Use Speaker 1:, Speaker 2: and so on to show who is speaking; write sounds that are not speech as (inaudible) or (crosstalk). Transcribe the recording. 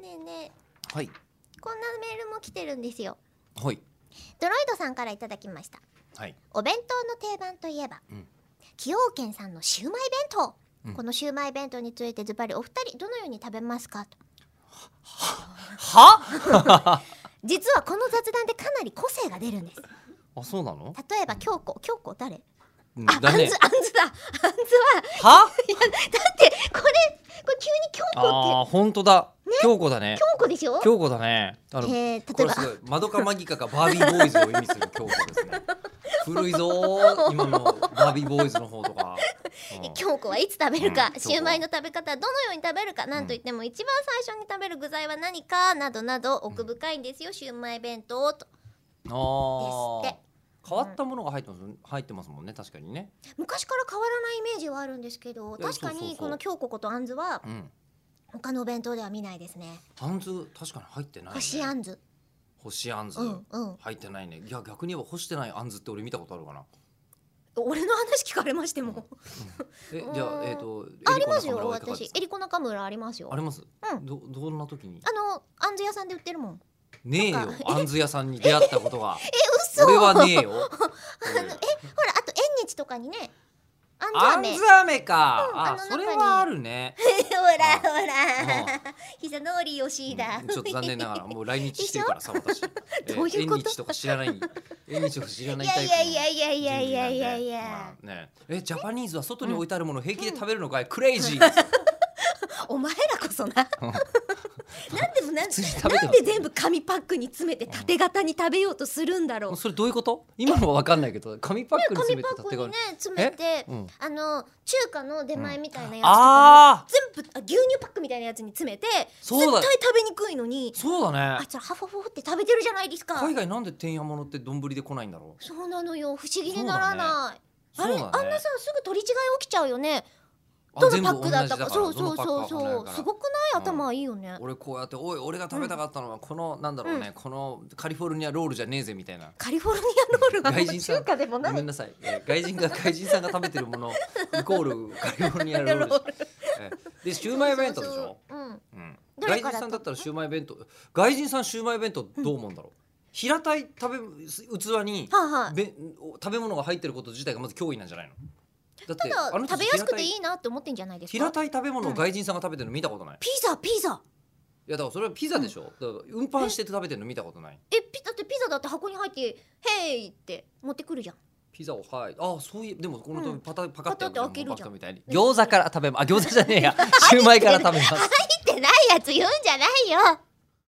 Speaker 1: ねえね
Speaker 2: はい
Speaker 1: えこんなメールも来てるんですよ
Speaker 2: はい
Speaker 1: ドロイドさんからいただきました
Speaker 2: はい
Speaker 1: お弁当の定番といえば、
Speaker 2: うん
Speaker 1: 崎陽軒さんのシウマイ弁当、
Speaker 2: うん
Speaker 1: このシウマイ弁当についてズバリお二人どのように食べますかと
Speaker 2: は
Speaker 1: 実はこの雑談でかなり個性が出るんです
Speaker 2: あそうなの
Speaker 1: 例えば京子京子誰、
Speaker 2: うん
Speaker 1: ああんずあんずだあんず (laughs) は
Speaker 2: はい
Speaker 1: やだってこれこれ急に京子って
Speaker 2: あー本当だ京子だね
Speaker 1: 京子でしょ
Speaker 2: 京子だねあの
Speaker 1: えー、
Speaker 2: こ
Speaker 1: 例えば
Speaker 2: れすごいマドカマギカかバービーボーイズを意味する京子
Speaker 1: (laughs)
Speaker 2: ですね古いぞー今のバービーボーイズの方
Speaker 1: (laughs)
Speaker 2: とか、うん
Speaker 1: 京子はいつ食べるか、
Speaker 2: うん
Speaker 1: シューマイの食べ方はどのように食べるか、なんといっても一番最初に食べる具材は何かなどなど奥深いんですよ、シューマイ弁当と
Speaker 2: あ
Speaker 1: ですっ
Speaker 2: ー変わったものが入ってます入ってますもんね確かにね
Speaker 1: 昔から変わらないイメージはあるんですけど
Speaker 2: い
Speaker 1: 確
Speaker 2: や
Speaker 1: か
Speaker 2: そうそうそ
Speaker 1: に
Speaker 2: う
Speaker 1: この京子ことあんずは
Speaker 2: うん
Speaker 1: 他のお弁当では見ないですね
Speaker 2: あんず確かに入ってない、ね、
Speaker 1: 干しあんず
Speaker 2: 干しあんず、
Speaker 1: うんうん
Speaker 2: 入ってないねいや逆に言えば干してないあんずって俺見たことあるかな
Speaker 1: 俺の話聞かれましても
Speaker 2: え
Speaker 1: うん
Speaker 2: じゃあえっ、と
Speaker 1: (laughs) ありますよ
Speaker 2: エリコの中村
Speaker 1: 私えりこ中村あ
Speaker 2: はいかがですか
Speaker 1: りますよ
Speaker 2: あ
Speaker 1: あ
Speaker 2: ります、
Speaker 1: うん
Speaker 2: どどんな時に
Speaker 1: のあんず屋さんで売ってるもん
Speaker 2: ねえよ
Speaker 1: なんか
Speaker 2: あんず屋さんに出会ったこ
Speaker 1: (laughs)
Speaker 2: とが
Speaker 1: え嘘
Speaker 2: 俺はねえ
Speaker 1: あ (laughs)
Speaker 2: よ
Speaker 1: のえほらあと縁日とかにねあんず
Speaker 2: あん
Speaker 1: 飴
Speaker 2: ず飴か、
Speaker 1: うんあ
Speaker 2: あ
Speaker 1: の中
Speaker 2: そ
Speaker 1: に
Speaker 2: れはあるね
Speaker 1: (laughs) ほらほら
Speaker 2: あ、
Speaker 1: 膝のりよしだ
Speaker 2: うん。ちょっ
Speaker 1: (laughs)
Speaker 2: と残念ながらもう来日してるからさ私
Speaker 1: どういうこと
Speaker 2: えー縁日とか知らない縁日を知らないい
Speaker 1: や
Speaker 2: タイ
Speaker 1: い
Speaker 2: プの
Speaker 1: やいやいやいやいやいやいや
Speaker 2: 人。間なんでまあねえジャパニーズは外に置いてあるものを平気で食べるのかい、クレイジー
Speaker 1: お前らこそな。なんでもなん
Speaker 2: 普通に食べてます
Speaker 1: なんで全部紙パックに詰めて縦型に食べようとするんだろう。
Speaker 2: それどういうこと今のは分かんないけど紙パックに
Speaker 1: 紙
Speaker 2: 詰め
Speaker 1: パ
Speaker 2: て
Speaker 1: ック
Speaker 2: 縦
Speaker 1: に
Speaker 2: 紙
Speaker 1: ね詰めて、
Speaker 2: うん
Speaker 1: あの中華の出前みたいなやつとかも
Speaker 2: ああ
Speaker 1: 全部あ牛乳パックみたいなやつに詰めて絶
Speaker 2: そうだ
Speaker 1: 対食べにくいのに、
Speaker 2: そうだ
Speaker 1: あ
Speaker 2: ね
Speaker 1: いつらハフハフって食べてるじゃないですか。
Speaker 2: 海外なんでてんやものって丼で来ないんだろう
Speaker 1: そうなのよ不思議にならない。
Speaker 2: そ
Speaker 1: あ
Speaker 2: うだ
Speaker 1: れ、
Speaker 2: ね
Speaker 1: あんなさすぐ取り違い起きちゃうよね
Speaker 2: あ
Speaker 1: どの
Speaker 2: 全部
Speaker 1: パックだったか
Speaker 2: 同じ
Speaker 1: そう
Speaker 2: ど
Speaker 1: そ
Speaker 2: の
Speaker 1: う
Speaker 2: パッ
Speaker 1: そう
Speaker 2: クは同
Speaker 1: そ
Speaker 2: じ
Speaker 1: う
Speaker 2: だから
Speaker 1: すごくない頭いいよね、
Speaker 2: 俺こうやって「おい俺が食べたかったのはこの、なんだろうねこのカリフォルニアロールじゃねえぜ」みたいな
Speaker 1: カリフォルニアロールは
Speaker 2: 外人さん
Speaker 1: 中華でもな
Speaker 2: ごめ
Speaker 1: い
Speaker 2: んなさい、えー外人が外人さんが食べてるも
Speaker 1: (laughs)
Speaker 2: のイコールカリフォルニアロール
Speaker 1: ロー
Speaker 2: えーでシューマイ弁当でし
Speaker 1: そう
Speaker 2: ょ、
Speaker 1: そううん
Speaker 2: うん、
Speaker 1: どれ
Speaker 2: 外
Speaker 1: から
Speaker 2: 人さんだったらシューマイ弁当外人さんシューマイ弁当どう思うんだろう、平たい食べす器に
Speaker 1: はいはい
Speaker 2: べ食べ物が入ってること自体がまず脅威なんじゃないのだって
Speaker 1: た
Speaker 2: あ
Speaker 1: だ
Speaker 2: の人
Speaker 1: 食べやすくてい
Speaker 2: 平たい
Speaker 1: いなって思ってんじゃないです
Speaker 2: 平
Speaker 1: か
Speaker 2: たい食べ物を外人さんが食べてるの見たことない、
Speaker 1: ピザピザ
Speaker 2: いやだからそれはピザでしょ、だから運搬して食べてるの見たことない
Speaker 1: えピだってピザだって箱に入って「へい!」って持ってくるじゃん
Speaker 2: ピザをはいあそういうでもこの
Speaker 1: うん
Speaker 2: パタパカッて
Speaker 1: パタって開けるじゃん
Speaker 2: もうパカッみたい
Speaker 1: (laughs)
Speaker 2: に餃子から食べまあ餃子じゃねえやシューマイから食べます
Speaker 1: 入ってないやつ言うんじゃないよ